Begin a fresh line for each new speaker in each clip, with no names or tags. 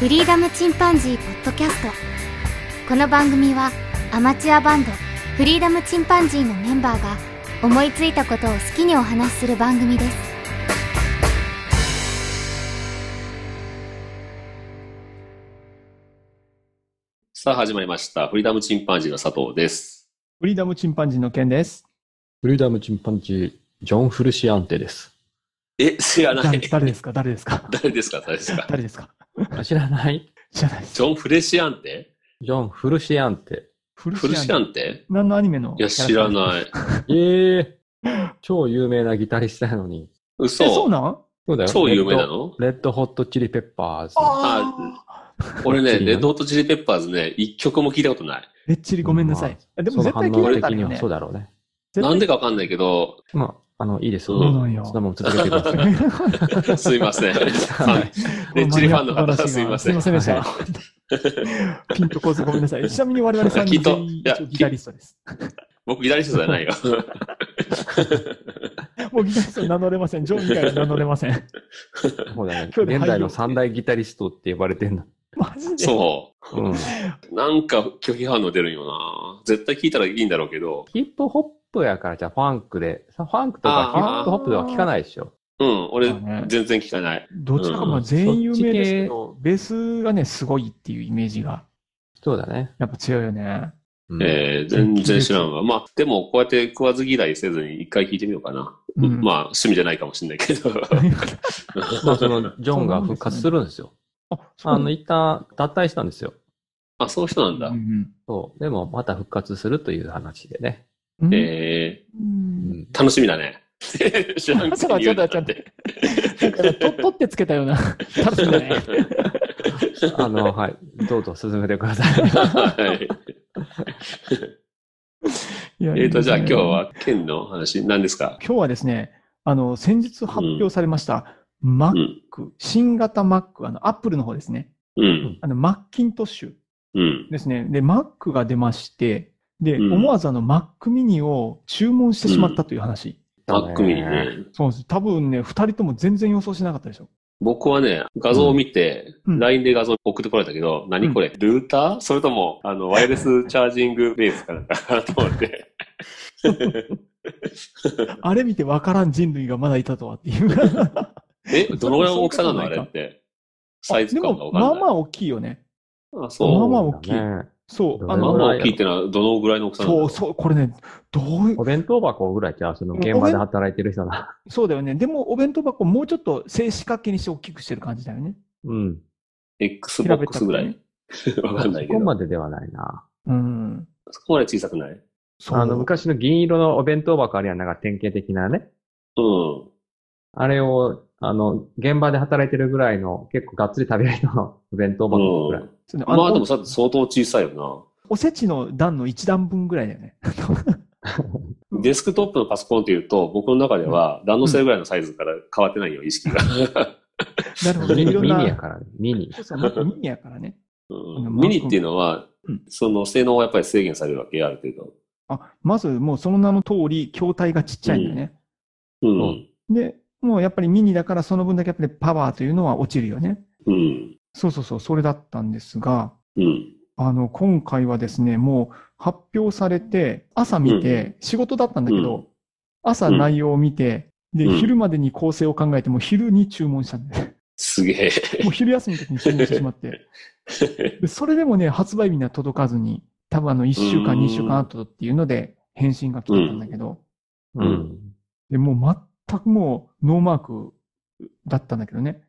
フリーダムチンパンジーポッドキャストこの番組はアマチュアバンドフリーダムチンパンジーのメンバーが思いついたことを好きにお話しする番組です
さあ始まりました。フリーダムチンパンジーの佐藤です。
フリーダムチンパンジーの件です。
フリーダムチンパンジー、ジョン・フルシアンテです。
え、知らな
誰
い。
誰ですか誰ですか
誰ですか誰ですか
誰ですか
あ知らない
知らないです。
ジョン・フレシアンテ
ジョン・フルシアンテ。
フル
フルシアンテ
何のアニメの
いや、知ら
い。
ない。
ええ超有名なギタリストやのに。
え、そう
嘘。
なん
そうだよ。
超有名なの
レッドレッドホットチリペッパーズ。
ああ
俺ね、
知り合い
レッドホットチリペッパーズね、一曲も聞いたことない。
めっちりごめんなさい。えでも
その
絶
反
対
応
聞いて
的
た
に
よ
は
ね
そ。うだろうね。
なんでかわかんないけ ど、
まあ、あの、いいです。
そうなん
よ
そのまま続けてくだ さい。
すいません。ファンレッチリファンの方はすいません。
すいませんでした。ピンとこずごめんなさい。ちなみに我々さん
きっと
全員一応ギタリストです。
僕、ギタリストじゃないよ。
もうギタリスト名乗れません。ジョン以外は名乗れません。
そうだね。
今日で
現代の三大ギタリストって呼ばれてんの。
マジで。
そ
うん。
う。なんか拒否反応出るんよな。絶対聞いたらいいんだろうけど。
ヒップホップやから、じゃあファンクで。ファンクとかヒ
あー
ップホップでは聞かないでしょ。
うん、俺
そうね、
全然聞かない。
どちらかも全員有名ですけど、ベースがね、すごいっていうイメージが、
そうだね。
やっぱ強いよね。
うん
えー、全然知らんわ。まあ、でも、こうやって食わず嫌いせずに一回聞いてみようかな。
うん
まあ、趣味じゃないかもしれないけど。
まあ、その、ジョンが復活するんですよ。
あ、そう
あ
なんだ
の、一旦脱退したんですよ。
あ、そういう人なんだ。
うん
そう。でも、また復活するという話でね。
うん
え
う
うんん。
ー、楽しみだね。 知らんく
ち
せ
ょっと
に
ち
言う
ょっ
な
と
ん
ちょっと
て。。
なんかと 取ってつけたよ うな。楽しんだね。
あの、はい。どうぞ進めてく ださい。
はい
いや
えーと、じゃあ今日。
いいですね
は、剣の話、何ですか
今日はですね、あの、先日発表されました、マ
う
ッ
ん。
ク、新型マック、あの、アップルの方ですね。
うん。
あの、マッキントッシュ
うん。
ですね。で、マックが出まして、で、
うん
思わずあの、マックミニを注文してしまったという話。
マックミニね
ね。。
そうです。多分ね、二人とも全然予想しなかったでしょ。
僕はね、画像を見て、
うん
LINE で画像送ってこられたけど、何これルーターそれとも、あの、ワイヤレスチャージングベースかなんかなと思 って。
あれ見てわからん人類がまだいたとはっていう。
え、どのぐらいの大きさなの
そ
あ
う
れ
そう
って。サイズ感がわかん
で
ない。
も、まあまあ大きいよね。
あ、そう。
まあまあ大きい
ね
そう。あ
まあ
の、
まあ大きいってのはどのぐらいの大きさな
そ
の
うそう、これね、どういう
お、弁当箱ぐらいじゃあ、その現場で働いてる人だ。
そうだよね。でも、お弁当箱もうちょっと静止掛けにして大きくしてる感じだよね。
うん。
平べっ
?Xbox
たくね
ぐらいわかんない
そ
けど
こ。までではないな。
うん。
そこまで小さくないうん。
そう。
あの、昔の銀色のお弁当箱あるやん、なんか典型的なね。あれを、あの、現場で働いてるぐらいの、結構がっつり食べる人のお弁当箱ぐらい。
う
そうね
ん。
あの
まあでもさ、相当小さいよ
おおせちの段の一段分ぐらいだよ ね。
な。デスクトップのパソコンっていうと、僕の中では、ランドセルぐらいのサイズから変わってないよ、意識が。
なるほどね。
ミ
い
ニ
ろん
ミ
な。
ニやからね。ミニ。
そうそう、なんかミニやからね。
う
うんん
ミニっていうのは
うん、
その性能はやっぱり制限されるわけ、ある程度。
あ、まずもうその名の通り、筐体がちっちゃいんだよね。
うん。
で、もうやっぱりミニだからその分だけやっぱりパワーというのは落ちるよね。
うん。
そうそうそう、それだったんですが、
うん。
あの、今回はですね、もう発表されて、朝見て、仕事だったんだけ
う
ど、朝内容を見て、で、
うん
昼までに構成を考えて、もう昼に注文したんで、
すげ
もう昼休みの時に注文してしまって、
え。
でそれでもね、発売日には届かずに、多分あの、1週間、
うん
2週間後っていうので、返信が来てたんだけど、
う
うんん。
で、もう全くもう、ノーマークだったんだけどね。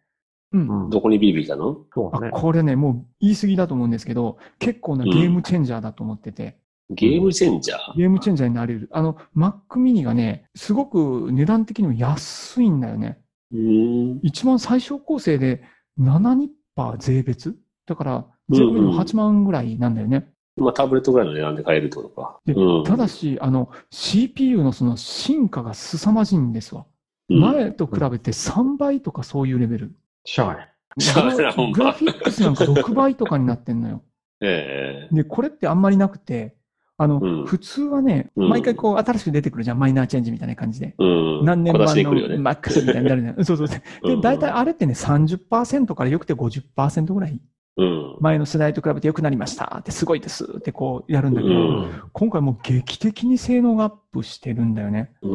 うん。
うん。
どこにビビリたの
そう
あ
だね。
これね、もう言い過ぎだと思うんですけど、結構なゲームチェンジャーだと思ってて、
ゲームチェンジャー
ゲームチェンジャーになれる。あの、Mac mini がね、すごく値段的にも安いんだよね。
うん。
一番最小構成で7ニッパー税別だから、税込みでも8万ぐらいなんだよね。
まあタブレットぐらいの値段で買えるってことか。
で
うん。
ただし、あの、CPU のその進化が凄まじいんですわ。
うん、
前と比べて3倍とかそういうレベル。
しゃあない。
しゃあないほんま
グラフィックスなんか6倍とかになってんのよ。
ええ
で、これってあんまりなくて、あの、
うん
普通はね、
うん
毎回こう新しく出てくるじゃん、マイナーチェンジみたいな感じで。
うん。
何年
小出
版
しで
の
来るよね。
マックスみたいになるね。そうそうそう。
う
で、
ん
大体あれってね、30%からよくて50%ぐらい
うん。
前の世代と比べて良くなりましたってすごいですってこうやるんだけ
う
ど、
ん。
今回もう劇的に性能がアップしてるんだよね。
うん。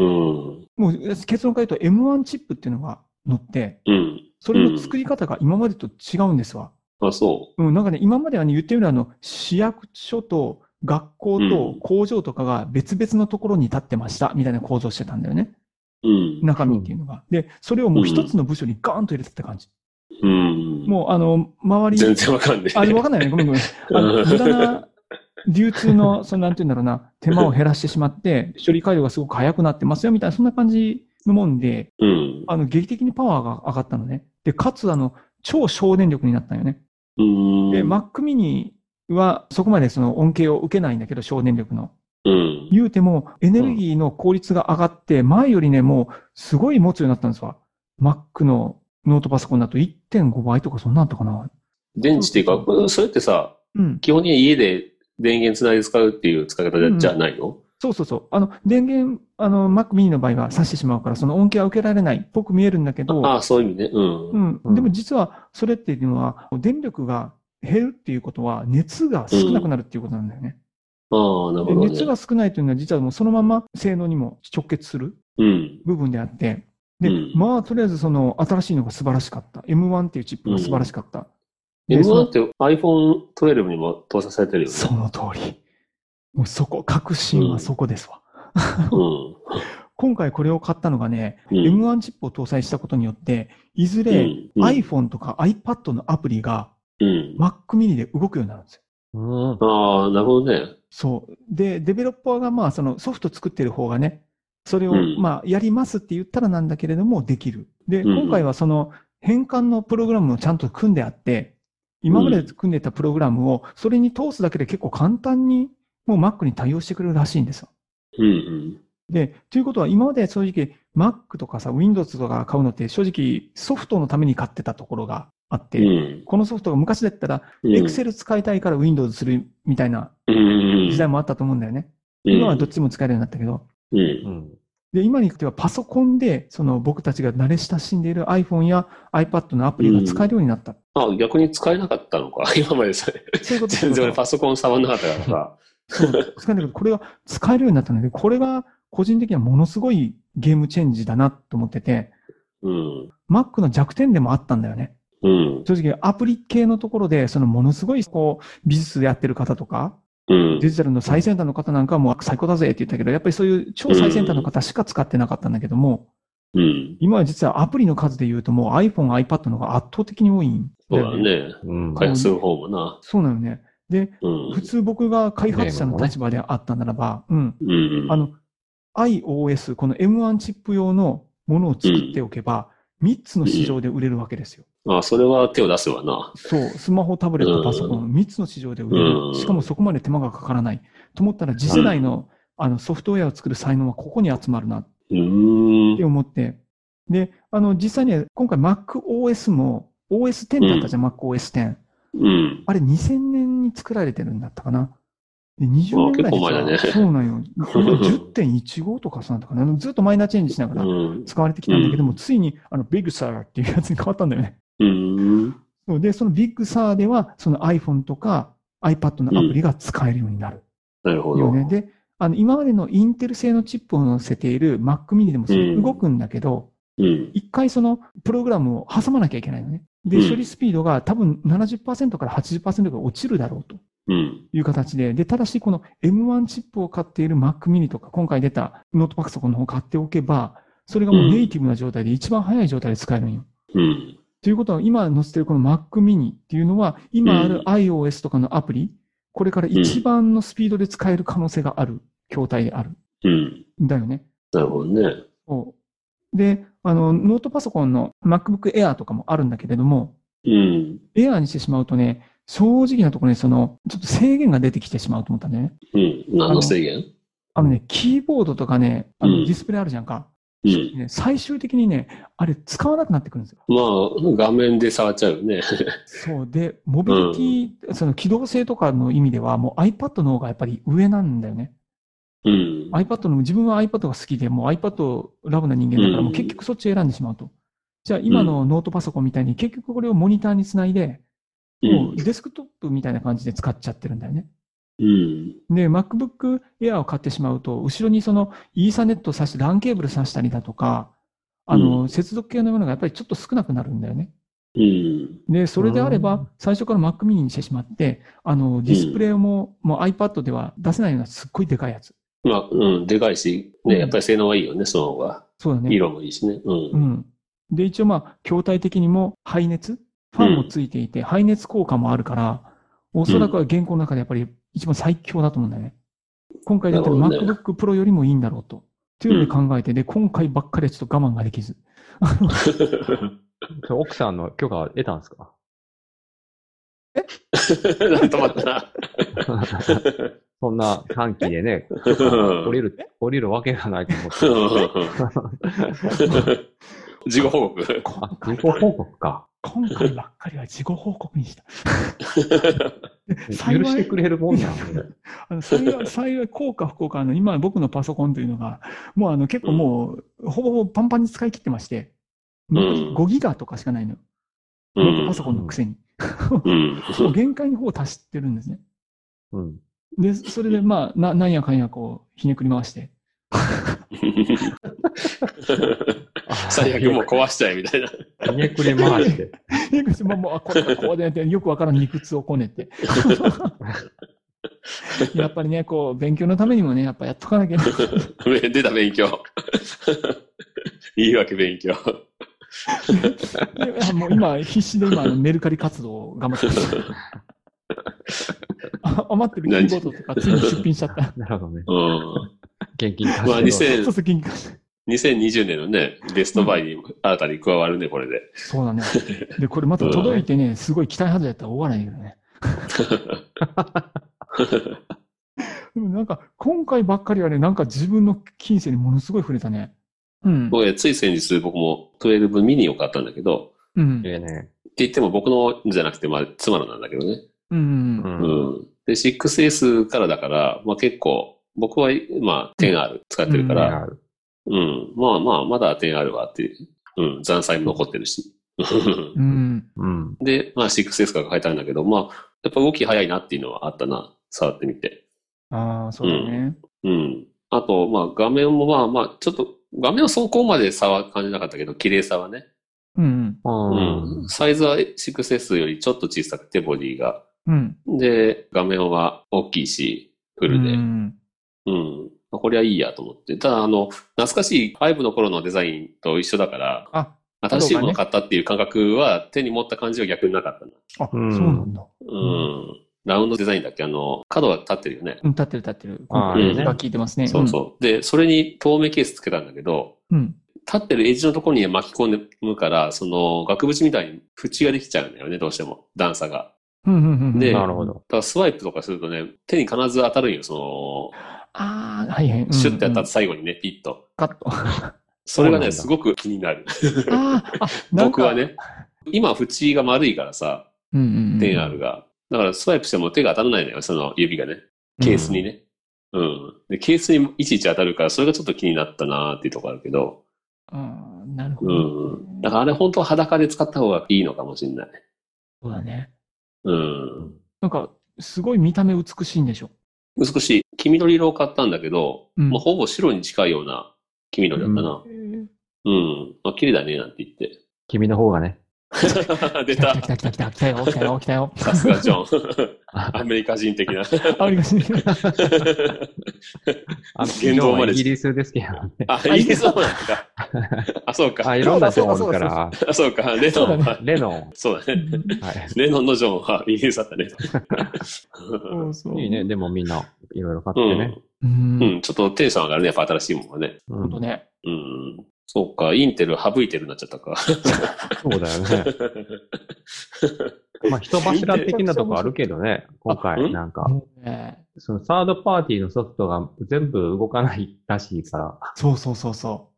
もう結論から言うと M1 チップっていうのが乗って、
うん。
それの作り方が今までと違うんですわ。
あ、そ
うん、なんかね、今まではね、言ってみればあの、市役所と学校
う
と
ん
工場とかが別々のところに立ってました、みたいな構造してたんだよね。
う。うん。
中身っていうのが。で、それをもう一つの部署にガーンと入れてった感じ。
うん。
もうあの、周り、
全然わかんねえ。
あ、わかんないね。ごめんごめん。あの、無駄な流通の、その、なんて言うんだろうな、手間を減らしてしまって、処理回路がすごく早くなってますよ、みたいな、そんな感じのもんで、
うん。
あの、劇的にパワーが上がったのね。で、かつ、あの、超省電力になったんよね。
うん。
で、Mac mini は、そこまでその恩恵を受けないんだけど、省電力の。
うん。
言うても、エネルギーの効率が上がって、前よりね、もう、すごい持つようになったんですわ。Mac のノートパソコンだと1.5倍とかそんなんとかな。
電池っていうか、これそれってさ、
うん。
基本には家で電源つないで使うっていう使い方じゃ,、じゃないの
そうそうそう。あの、電源、あの、Mac mini の場合は挿してしまうから、その恩恵は受けられないっぽく見えるんだけ
あ
ど、
あ、そういう意味ね。うん。
う
あ
ん。
うん
でも実は、それっていうのは、電力が減るっていうことは、熱が少なくなるっていうことなんだよね。
あ、なる
で
ほど、ね。
熱が少ないというのは、実はもうそのまま性能にも直結する
うん。
部分であって、で、
うん
まあ、とりあえずその、新しいのが素晴らしかった。M1 っていうチップが素晴らしかった。でそ
M1
の
って iPhone12 にも搭載されてるよね。
その通り。もうそこ、確信はそこですわ。
う
今回これを買ったのがね、
ん。うん。
M1 チップを搭載したことによって、いずれ
うん、
iPhone とか iPad のアプリが
うん。
Mac mini で動くようになるんですよ。
うん。
ああ、なるほどね。
そう。で、デベロッパーがまあそのソフト作ってる方がね、それを
うん
まあやりますって言ったらなんだけれどもできる。で、
うん
今回はその変換のプログラムをちゃんと組んであって、今まで組んでたプログラムをそれに通すだけで結構簡単にもう Mac に対応してくれるらしいんですよ。
うん
で、ということは今まで正直 Mac とかさ、Windows とか買うのって正直ソフトのために買ってたところがあっ
う
て、
ん。うん。
このソフトが昔だったら Excel 使いたいから Windows するみたいな
うん。
時代もあったと思うんだよね。
うん
今はどっちも使えるようになったけど、
うん。
うん。
で、今に至ってはパソコンでその僕たちが慣れ親しんでいる iPhone や iPad のアプリが使えるようになった。
あ、逆に使えなかったのか。 今までさ、
そういうこと
全然俺パソコン触んなかったからさ。
そう使えるけど、これが使えるようになったので、これが個人的にはものすごいゲームチェンジだなと思ってて、
うん。
Mac の弱点でもあったんだよね。
うん。
正直アプリ系のところで、そのものすごいこう、美術でやってる方とか、
うん。
デジタルの最先端の方なんかはもう最高だぜって言ったけど、やっぱりそういう超最先端の方しか使ってなかったんだけども、
うん。
今は実はアプリの数で言うともう iPhone、iPad の方が圧倒的に多いん
そ
だ
う
よ
だ
ね。
ね。
うん。
開発する方もな。
そうなのね。で、
う
普
ん。
通僕が開発者の立場であったならば、うん。
うん。
あの、iOS、この M1 チップ用のものを作っておけば、3つの市場で売れるわけですよ。
あ、それは手を出すわな。
そう、スマホ、タブレット、
うん
パソコン、3つの市場で売れ
う
る。
ん
しかもそこまで手間がかからない。と思ったら、次世代のあのソフトウェアを作る才能はここに集まるなっ
うーん
て。思って。で、あの、実際には今回 MacOS も OS10 だったじゃん、MacOS10。
うん。
あれ2000年に作られてるんだったかな。で20年ぐらいに
あ結構前だね
そうなんよ。10.15とかそうなんだったかな。ずっとマイナーチェンジしながら
うん。
使われてきたんだけども、ついにあのビッグサーっていうやつに変わったんだよね。
うん。
そうで、そのビッグサーでは、その iPhone とか iPad のアプリが使えるようになる
なるほ
よ
ど。
ね。で、あの、今までのインテル製のチップを載せている Mac mini でもそれ
うん
動くんだけど、
うん。
一回そのプログラムを挟まなきゃいけないのね。で
う、ん
処理スピードが多分70%から80%が落ちるだろうと
うん。
いう形で、で、ただしこの M1 チップを買っている Mac mini とか、今回出たノートパソコンの方を買っておけば、それがもうネイティブな状態で一番早い状態で使えるんよ。
うん。
ということは、今載せてるこの Mac mini っていうのは、今あ
う
る
ん
iOS とかのアプリ、これから一番のスピードで使える可能性がある筐体である。
うん。
んだよね。
なるほどね。
そうで、あの、ノートパソコンの MacBook Air とかもあるんだけれども、
うん。
Air にしてしまうとね、正直なところね、その、ちょっと制限が出てきてしまうと思ったんだよね。
うん。何の制限
あのね、キーボードとかね、あ
う
の
ん
ディスプレイあるじゃんか。
うん。
ね最終的にね、あれ使わなくなってくるんですよ。
まあ、画面で触っちゃうよね。
そうで、モビリティ、その機動性とかの意味では、もう iPad の方がやっぱり上なんだよね。
うん。
iPad の、自分は iPad が好きで、もう iPad ラブな人間だから、
うん
もう結局そっち選んでしまうと。じゃあ今のノートパソコンみたいに結局これをモニターにつないで、
うん
もうデスクトップみたいな感じで使っちゃってるんだよね。
うん。
で、MacBook Air を買ってしまうと、後ろにそのイーサネットを挿して、LAN ケーブル挿したりだとか、あの、接続系のものがやっぱりちょっと少なくなるんだよね。
うん。
で、それであれ
うん
ば、最初から Mac mini にしてしまって、あの、ディスプレイも、もう iPad では出せないようなすっごいでかいやつ。
まあ、うん、でかいし、
うん
ね、やっぱり性能はいいよね、その方が。
そうだね。
色もいいしね。う。
うんん。で、一応まあ、筐体的にも排熱ファンもついていて、排熱効果もあるから、おそらくは現行の中でやっぱり一番最強だと思うんだよね。今回だったら
なるほど
MacBook Pro よりもいいんだろうと。というので考えて、で、今回ばっかりはちょっと我慢ができず。
それ奥さんの許可は得たんですか
なんとまったな。
そんな短期でね、許可が降りる、降りるわけがないと思って。
事後報 告。
今
あ、
回
空港報告か。
今回ばっかりは事後報告にした。
許
幸い
してくれるもんなんで。
あの 幸い、幸い、効果不効果、あの、今僕のパソコンというのが、もうあの、結構もう、ほぼほぼパンパンに使い切ってまして、残り
うん
5ギガとかしかないのよ。
う
ノート
ん
パ。ソコンのくせに。
うん。
もう限界の方を達してるんですね。
うん。
で、それでまあ、な、なんやかんやこう、ひねくり回して。
最悪もう壊しちゃえみたいな。
ひねくり回して。
ひねくりまあもう、あこれだこうでって、よくわからん理屈をこねて。やっぱりね、こう、勉強のためにもね、やっぱやっとかなきゃいけない。
出た勉強。 いいわけ勉強。
であもう今、必死で今、あのメルカリ活動を頑張ってます。あ余ってるキーボードとか、ついに出品しちゃった。
なるほどね。
うん。
現金化
まあ
して
ちょっ
2000
と金貸して。
2020年のね、ベストバイに新たに加わるね、これで。
そうだね。で、これまた届いてね、すごい期待外れやったら大笑いだけ どね。でもなんか、今回ばっかりはね、なんか自分の金銭にものすごい触れたね。うん。
僕ねつい先日僕も12ミニを買ったんだけど、
うん。
ええね。
って言っても僕のじゃなくて、まあ、妻のなんだけどね。
うん。うん
う
う。
んん。で、6S からだから、まあ結構、僕は、まあ、10R 使ってるか
い
ら、
や
うん、まあまあ、まだ 10R はあって、うん、残債も残ってるし。
うん。
うん。
で、まあ 6S から変えたんだけど、まあ、やっぱ動き早いなっていうのはあったな。触ってみて。
ああ、そうだね。
うん。あと、まあ画面もまあまあ、ちょっと、画面はそこまで差は感じなかったけど、綺麗さはね。
うん。
うん。サイズは 6S よりちょっと小さくて、ボディが。
うん。
で、画面は大きいし、フ
フ
ルで。
うん。
うん。これはいいやと思って。ただ、あの、懐かしい5の頃のデザインと一緒だから、
あ、
新しいものを買ったっていう感覚は手に持った感じは逆になかったな。
あ、そううんなんだ。
うん。ラウンドデザインだっけあの、角が立ってるよね。
うん、立ってる立ってる。
あ
ーいいね
が効いてますね。
そうそう。で、それに透明ケースつけたんだけど、
うん。うん。
立ってるエッジのところに巻き込むから、その、額縁みたいに縁ができちゃうんだよね、どうしても。段差が。
うん。うんうん。うん
で
なるほど。
だからスワイプとかするとね、手に必ず当たるんよ、そ
ああ、はいはい。
の、シュッてやった
うん
ら最後にね、ピッと。
カット。あ
それが
そうなん
ね、
だ
すごく気になる。
あ、あ、なんか
僕は。ね、今、縁が丸いからさ、
うんうんうん。
点あるが。だからスワイプしても手が当たらないのよ、その指がね。ケースにね。うん。で、ケースにいちいち当たるから、それがちょっと気になったなーっていうところあるけど。
ああ、なるほ
う
ど。
ん。だからあれ本当は裸で使った方がいいのかもしれない。
そうだね。
うん。
なんか、すごい見た目美しいんでしょ。
美しい。黄緑色を買ったんだけど、
うん
まあ、ほぼ白に近いような黄緑だったな。うん。まあ、綺麗だね、なんて言って。
君の方がね。
出
来
た
た来。た来た来た来たよ、来たよ、来 たよ。
さすがジョン。 アメリカ人的 な。
ありがとうございます。
あの、
言動まで
イギリスですけどね。
あ、イギリスの方なんか。あ、そうか。
あ、いろんな人おるか ら。
あそうか、レ
そ
ノ
うだ
ン
ね
は、
レノン。
そう だね。
はい。
レノンのジョンはイギリスだったね。
そうそう。
いいね。でもみんな、いろいろ買っ
う
て
ん
ね。、
うん。
う
ほん
ん、ちょっとテンション上がるね、やっぱ新しいものはね。
う
本
ん
当ね。
うん、そうか、インテル省いてるになっちゃったか。
そうだよね。まあ、人柱的なとこあるけどね。今
あう
回、
ん
なんか、
もうね
そのサードパーティーのソフトが全部動かないらしいから。
そうそうそうそ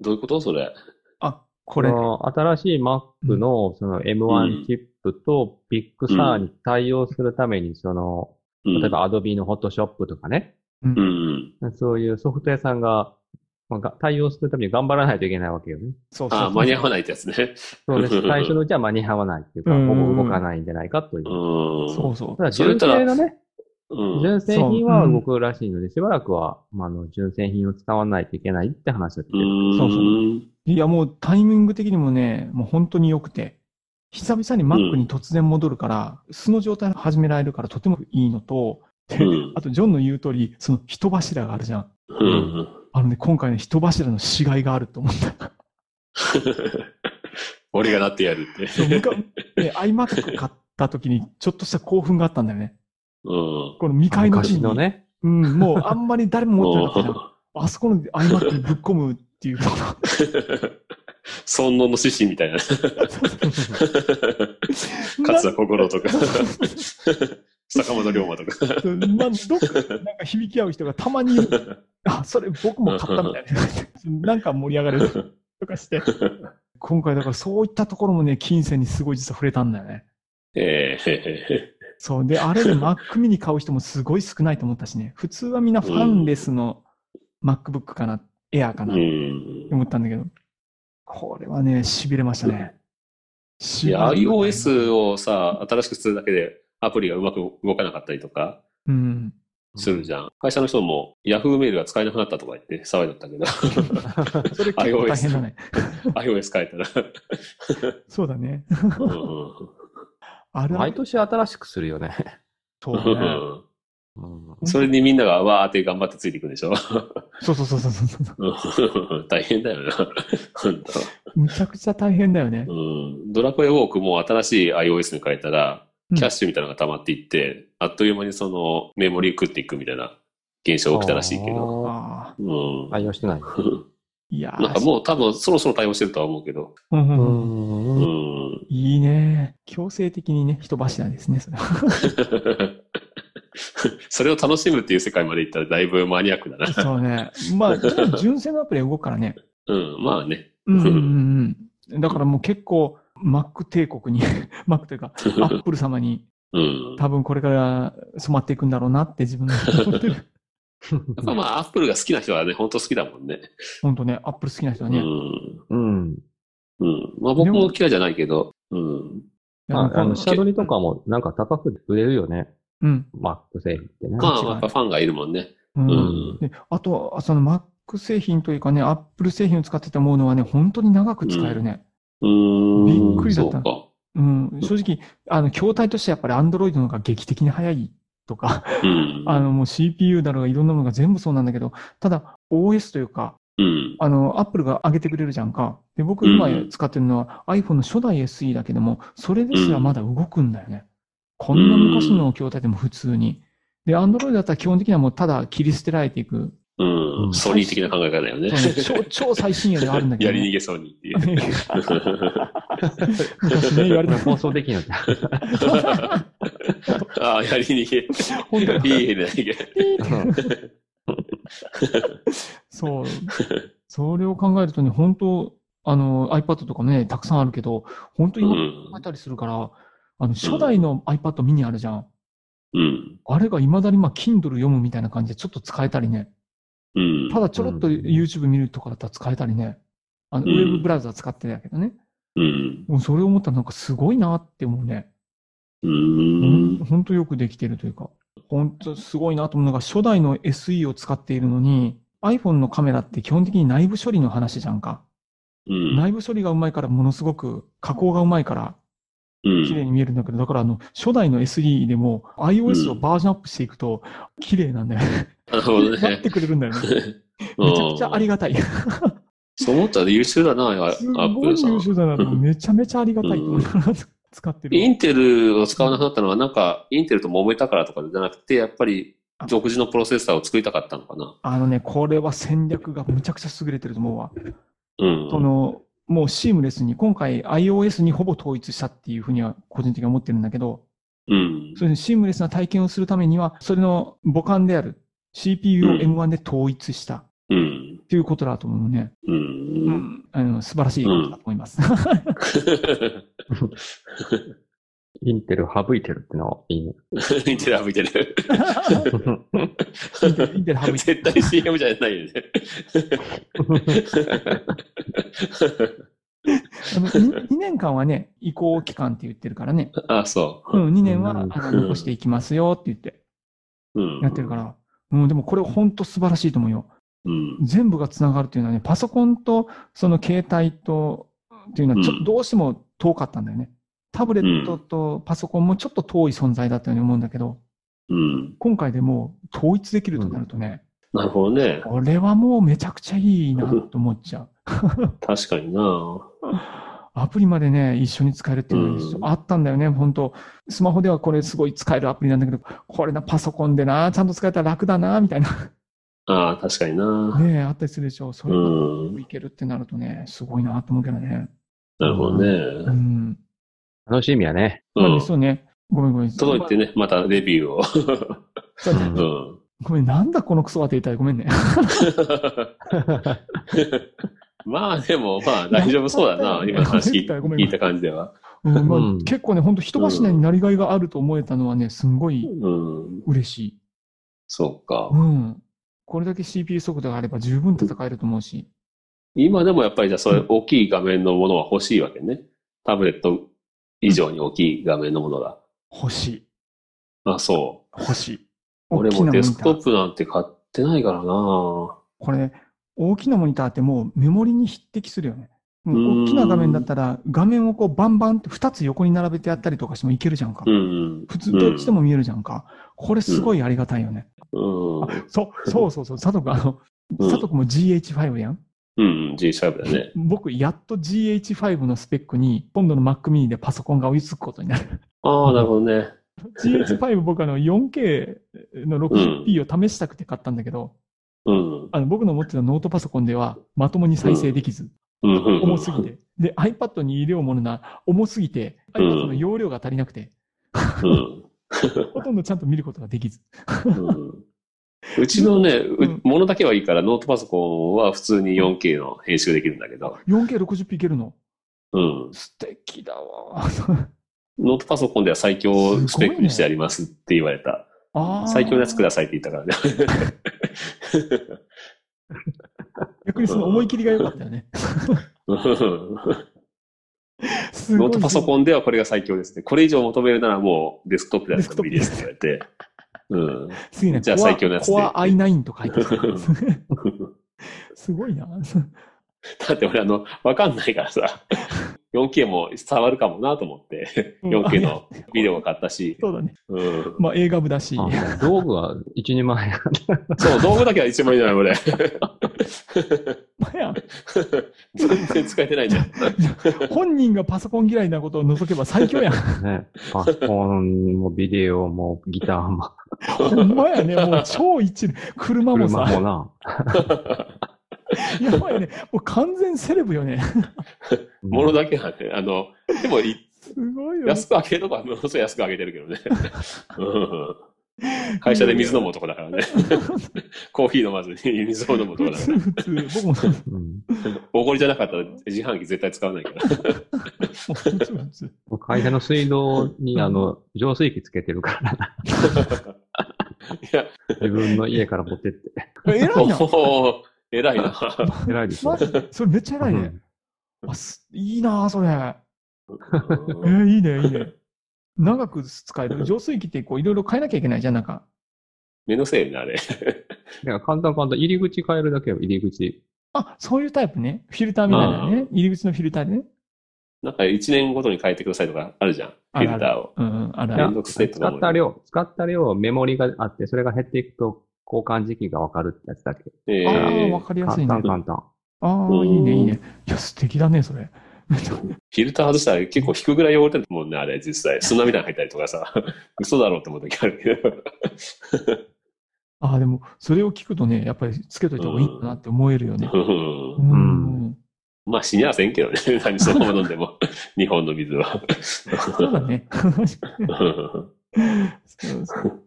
う。
どういうことそれ。
あ、これ。
その新しい Mac のその
うん
M1 チップとビッグサーに対応するために、その、
うん、
例えば Adobe の Photoshop とかね、
うん
うん。
そういうソフト屋さんがまあが対応するために頑張らないといけないわけよね。
そうそう
あ
そ
あ、
う。
間に合わないってやつね。
そ うです。最初のうちは間に合わないっていうか、
う
ほ
ん
ぼ動かないんじゃないかというう。
ん。
そうそ
ただ、
それ
純正のね、
うん。
純正品は動くらしいので、しばらくは、まあ、あの、純正品を使わないといけないって話だったけ
う
ど。
ん。
そうそうう。いや、もうタイミング的にもね、もう本当に良くて、久々に Mac に突然戻るから、素の状態で始められるからとてもいいのと、で
うん
あと、ジョンの言う通り、その人柱があるじゃん。
うん。
あのね、今回の人柱の死骸があると思った。
俺がなってやるって。
そうむかね、iMac 買った時にちょっとした興奮があったんだよね。
うん。
この未開の地
昔
に。
のね。
うん、もうあんまり誰も持ってなかったじゃん。
う
あそこの iMac にぶっ込むっていう。
ん尊厳の獅子み たいな。桂心とか、坂本龍馬とか。
などっかなんか響き合う人がたまにいる。あ、それ僕も買ったみたいな。なんか盛り上がるとかして。今回だからそういったところもね、金銭にすごい実は触れたんだよね。
ええ
そう。で、あれで Mac mini 買う人もすごい少ないと思ったしね。普通はみんなファンレスの MacBook かな、Air か
う
なって
ん。
思ったんだけど。これはね、痺れましたね。
いや、
痺れましたね
iOS をさ、新しくするだけでアプリがうまく動かなかったりとか
うん。
するじゃん。会社の人も Yahoo メールが使えなくなったとか言って騒いだったけど、
それ結構大変だね。
iOS 変えたら。
そうだ ね。
うん
あるあ
毎
る
年新しくするよね。
と、
う
ね。
ん
うん
それにみんながわーって頑張ってついていくんでしょ
そうそうそうそうそう。
うん大変だよな。本当
むちゃくちゃ大変だよね。
うん、ドラクエウォークも新しい iOS に変えたら、
うん
キャッシュみたいなのが溜まっていって、あっという間にそのメモリー食っていくみたいな現象が起きたらしいけど。
あ
ああ。
うん
ー。愛用してない。
いやー
なんかもう多分そろそろ対応してるとは思うけど。
うんう
うん。
うん
うんん。
いいね。強制的にね、人柱ですね、それは。
それを楽しむっていう世界まで行ったらだいぶマニアックだな。
そうね。ま あ、でも純正のアプリは動くからね。
うん、まあね。
うんうんうん。だからもう結構、Mac 帝国に、Mac というか、Apple 様に
うん。
多分これから染まっていくんだろうなって自分の思ってる。
やっぱまあ、アップルが好きな人はね、本当好きだもんね。
本当ね、Apple 好きな人は
う
ね。
ん。
うん。
うん。まあ僕も
でも
嫌いじゃないけど、うん。
いやもう
まあ、あの、
こ
下取りとかもなんか高く売れるよね。
うん。
Mac 製品ってね。
ま
違う
あ、やっぱファンがいるもんね。
うん
うん
であと、その Mac 製品というかね、Apple 製品を使ってて思うのはね、本当に長く使えるね。
うーん。
びっくりだった
そう
うん。正直、あの、筐体としてやっぱり Android の方が劇的に早いとか、
か。うん。
あの、もう CPU だろうがいろんなものが全部そうなんだけど、ただ OS というか、
うん。
あの、Apple が上げてくれるじゃんか。で、僕
うん
今使ってるのは iPhone の初代 SE だけども、それですらまだ動くんだよね。こんな昔の筐体でも普通に。で、Android だったら基本的にはもうただ切り捨てられていく
う。
うんん
ソニー的な考え方だよね。
そう ね超超最新鋭ではあるんだけ
や
ど、
り逃
ね。
げソニーって いう。
昔 ね、言われてた。
放送できない。
ああ、やり逃
本当
げ。
に
いいやり逃げ。
そう。それを考えるとね、本当あの、iPad とかもね、たくさんあるけど、本当
う
今考
ん
え。たりするから、あの、初代の iPad ミニあるじゃん。
うん。
あれが未だにまあ、Kindle 読むみたいな感じでちょっと使えたりね。
うん。
ただちょろっと
うん
YouTube 見るとかだったら使えたりね。あの、
うん
ウェブブラウザ使ってだけどね。
うん。
もうそれを思ったらなんかすごいなって思うね。
う
うん
ん。
本当よくできてるというか、本当すごいなと思うのが、初代の SE を使っているのに、iPhone のカメラって基本的に内部処理の話じゃんか。
うん。
内部処理がうまいから、ものすごく加工がうまいから、
うん
綺麗に見えるんだけど、だからあの、初代の SE でも iOS をバージョンアップしていくと、綺麗なんだよ ね。
なるほど
なっ
ね。
てくれるんだよね。
うん
めちゃくちゃありがたい。す
そう思ったら優秀だな、ア ップ
ご
ル
い
さん
優。秀だなと。めちゃめちゃありがたいと思いながら 使ってるわ。
インテルを使わなくなったのは、なんか、インテルと揉めたからとかじゃなくて、やっぱり、独自のプロセッサーを作りたかったのかな。
あのね、これは戦略がむちゃくちゃ優れてると思うわ。
うん。
その、もうシームレスに、今回 iOS にほぼ統一したっていうふうには個人的には思ってるんだけど、
うん。
そういうシームレスな体験をするためには、それの母艦である CPU を
うん
M1 で統一したっ
うん。
ていうことだと思うのね。
う。
うん んあの素晴らしいことだと思います。
インテル省いてるってのは いいね。
インテル省いてる。
インテル省いて
絶対 CM じゃないよね。
あの 2, 年間はね、移行期間って言ってるからね。
あ、そうう。
ん、2年は
う
あ
ん
の残していきますよって言って、
うん。
やってるから。うん、でもこれ本当素晴らしいと思うよ。
うん。
全部がつながるっていうのはね、パソコンとその携帯とっていうのはちょ
うん
どうしても遠かったんだよね。タブレットとパソコンもちょっと遠い存在だったように思うんだけど、
うん。
今回でもう統一できるとなるとね、
なるほどね。
これはもうめちゃくちゃいいなと思っちゃう。
確かにな
アプリまでね、一緒に使えるっていうのが一緒
うん
あったんだよね、本当スマホではこれすごい使えるアプリなんだけど、これな、パソコンでな、ちゃんと使えたら楽だな、みたいな。
ああ、確かにな
ねえ、あったりするでしょ。そうれが
ん。
いけるってなるとね、すごいなと思うけどね。
なるほどね。
うん。
楽しみやね。
う
まあ
ん。
そうね。ごめんごめん。
届いてね、またレビューを。
そうね
うん。
ごめん、なんだこのクソはって言いたい。ごめん ね。
まあでも、まあ大丈夫そうだな、今の話聞い
ごめんごめ
聞
ん
いた感じでは。
うんまあ
うん
結構ね、本当人柱になりがいがあると思えたのはね、すんごい
うん。
嬉しい。
そうか
う。ん。これだけ CPU 速度があれば十分戦えると思うし。
今でもやっぱりじゃあそういう大きい画面のものは欲しいわけね。タブレット以上に大きい画面のものが。
欲しい。
あ、そう。
欲しい。
俺
大き
も
な
デ
モニ
スク
ター
トップなんて買ってないからな
これ、大きなモニターってもうメモリに匹敵するよね。も
う
う
ーん
大きな画面だったら、画面をこうバンバンって2つ横に並べてやったりとかしてもいけるじゃんか。
うん。
普通どっちでも見えるじゃんか。これすごいありがたいよね。
うん。
そう、そうそうそう、佐藤君、あの、
うん
佐藤君も GH5 やん。
うん、G シャープだね。
僕、やっと GH5 のスペックに、今度の Mac mini でパソコンが追いつくことに なる。
ああ、なるほどね。
GH5 僕あの 4K の 60p を試したくて買ったんだけど、
うん。
あの僕の持ってたノートパソコンではまともに再生できず、
うんうんうん
重すぎて。で、iPad に入れようものな、重すぎて、
うん
iPad の容量が足りなくて、
うん。
ほとんどちゃんと見ることができず。
うんうちのね、う
うん
ものだけはいいから、ノートパソコンは普通に 4K の編集できるんだけど、
4K60p いけるの
うん。
素敵だわ。
ノートパソコンでは最強スペックにしてありますって言われた。
あー
最強のやつくださいって言ったからね。
逆にその思い切りが良かったよね。
うん
すご
ノ
い
ートパソコンではこれが最強ですね。これ以上求めるならもうデスクトップでやってもいいですって言われて。うん。
すごいね
じゃあ
コア
最強のやつで
コア i9 と書いてあるすごいな。
だって俺あの、わかんないからさ、4K も伝わるかもなと思って、4K のビデオを買ったし、
そうだね。
うん。
まあ映画部だし。
あ道具は一人前や。
そう、道具だけは一番いいじゃない、俺。
まあや
全然使えてないじゃん。
本人がパソコン嫌いなことを除けば最強やん。
ね。パソコンもビデオもギターも、
ほんまやね。もう超一流。車も
車
さ。
もな。
やばいね。もう完全セレブよね。
ものだけなんで、あの、でもい、
すごいよね。
安く上げるとこはものすごい安く上げてるけどね。うん会社で水飲む男だからね。コーヒー飲まずに水を飲む男
普
だから
通、
ね。
普通。僕もそうも
うん
おごりじゃなかったら自販機絶対使わないから。
う普通、普通。
会社の水道に、あの、浄水器つけてるからな。
いや、
自分の家から持ってって。
偉い
お
な。
ー偉いな。
偉いでしょ
マ。ジでそれめっちゃ偉いね。あすいいなあそれ。えーいいね、いいね。長く使える。浄水器ってこういろいろ変えなきゃいけないじゃん、なんか。
目のせいね、あれ。
いや、簡単簡単。入り口変えるだけよ、入り口。
あ、そういうタイプね。フィルターみたいなね。入り口のフィルターね。
なんか一年ごとに変えてくださいとかあるじゃん。フィルターを。
うんうん、あるあ
め
る
んどくせえと
使
か思
っ
う
た量、使った量、メモリがあって、それが減っていくと、交換時期がわかるってやつだけ。
え
ああ、
ー
わかりやすい
簡
ね
単。簡単。
ああ、いいね、いいね。いや、素敵だね、それ。
フィルター外したら結構引くぐらい汚れてるもんね、あれ、実際。砂みたいに入ったりとかさ、嘘だろうって思う時あるけど。
ああ、でも、それを聞くとね、やっぱりつけといた方がいいんだなって思えるよね。
うん
うん。
まあ死にはせんけどね。 何そのまま飲んでも。 日本の水は。
そうだね。
うん
そうそう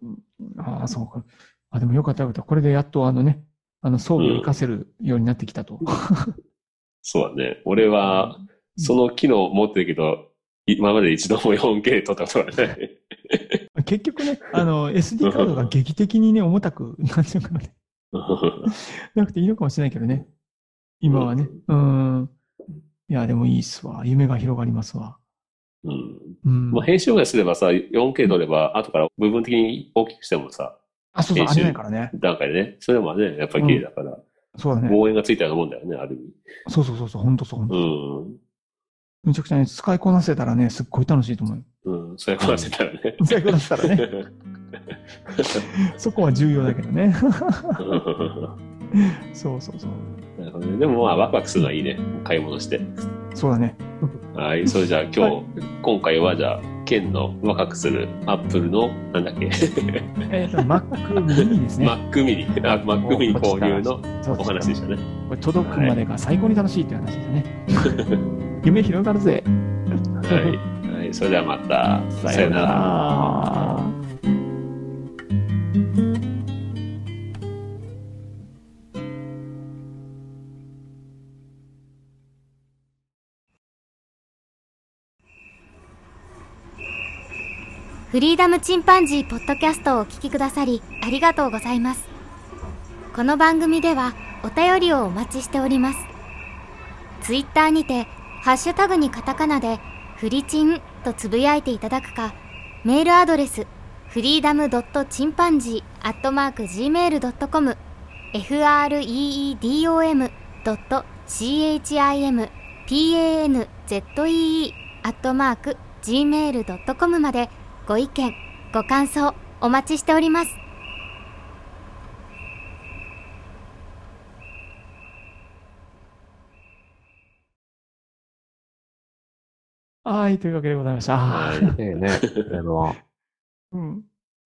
ああ、そうか。あ、でもよかったよかった。これでやっとあのね、あの装備を活かせるようになってきたと。
そうだね。俺は、その機能持ってるけど、今まで一度も 4K で撮ったことがない。
結局ね、あの、SD カードが劇的にね、重たく、なんていうのかな、なくていいのかもしれないけどね。今はね。うん。いや、でもいいっすわ。夢が広がりますわ。
うん。
うん。
まあ、編集がすればさ、4K 撮れば、後から部分的に大きくしてもさ、
あ、そうそう、
編
あ
集
れないからね。
段階でね、それもね、やっぱり綺麗だから、
そうだね。
望遠がついたようなもんだよね、ある
そうそうそうそう、ほんとそう、ほん
意
と。
味。
めちゃくちゃね、使いこなせたらね、すっごい楽しいと思 うよ。
うん。うん。それこなせたらね。
使いこなせた らね。そこは重要だけどね。 そうそうそう。
なるほどねでもまあ、ワクワクするのはいいね。買い物して。
そうだね。
はい。それじゃあ今日、
は
今回はじゃあ、県のワクワクするアップルの、なんだっけ、
えっ、と、Mac mini ですね。
Mac mini。あ Mac mini 購入の
そう
お話でしたね。
これ届くまでが最高に楽しいという話ですね。 夢広がるぜ。
はい。はい。それではまた。さよなら。
ら。
フリーダムチンパンジーポッドキャストをお聞きくださりありがとうございます。この番組ではお便りをお待ちしております。ツイッターにて、ハッシュタグにカタカナで、フリチンとつぶやいていただくか、メールアドレス、フリーダムドットチンパンジーアットマーク Gmail.com、freedom ドット chimpanzee アットマーク Gmail.com まで、ご意見、ご感想、お待ちしております。
はい、というわけでございました。
は
あ
い。
ええね。でも、
ーうん、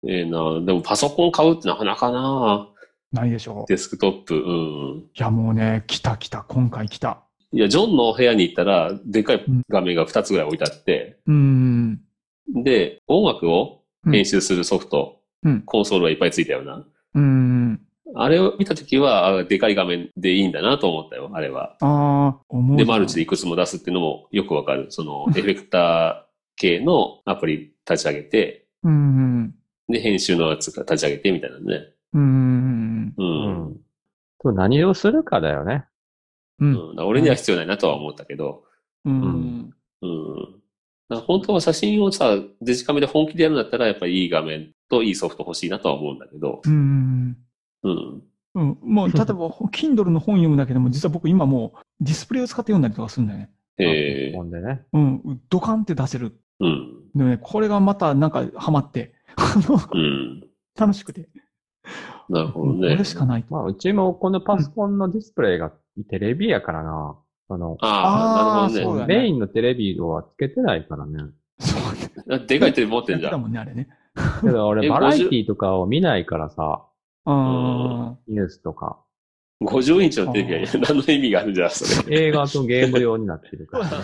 ええな。でもパソコン買うってなかなかな。
ないでしょう。い
デスクトップ。うん。
や、もうね、来た来た、今回来た。
いや、ジョンの部屋に行ったら、でっかい画面が2つぐらい置いてあって、
うん。
で、音楽を編集するソフト、
うん
コンソールがいっぱいついたような。
うん。
あれを見たときは、あでかい画面でいいんだなと思ったよ、あれは。
ああ、思う。
で、マルチでいくつも出すっていうのもよくわかる。その、エフェクター系のアプリ立ち上げて、
うん。
で、編集のやつから立ち上げてみたいなね。
うん。
う。
うんん。でも何をするかだよね。
う。
うんんだから俺には必要ないなとは思ったけど、
うん。
うん。だから本当は写真をさ、デジカメで本気でやるんだったら、やっぱりいい画面といいソフト欲しいなとは思うんだけど、
うん。
うん。
うん。もう、例えば、Kindle の本読むだけでも、実は僕今もう、ディスプレイを使って読んだりとかするんだよね。
ええ
ほんでね。
うん。ドカンって出せる。
うん。
でもね、これがまた、なんか、ハマって。あの
うん。
楽しくて。
なるほど
こ
ね
れ。しかないと。
まあ、うちもこのパソコンのディスプレイがテレビやからな。あの、
ああ、な
あー
る
そ
ほ
う
ど
だ
ね。
ね
メインのテレビはつけてないからね。
そう。
でかいテレビ持ってんじ
だ
ゃ
だ
ん。
もんね、あれね。
けど俺、
え50
バラエティとかを見ないからさ、
あ
ニュースとか。
50インチのテレビが何の意味があるんじゃん、それ。
映画とゲーム用になってるから、ね。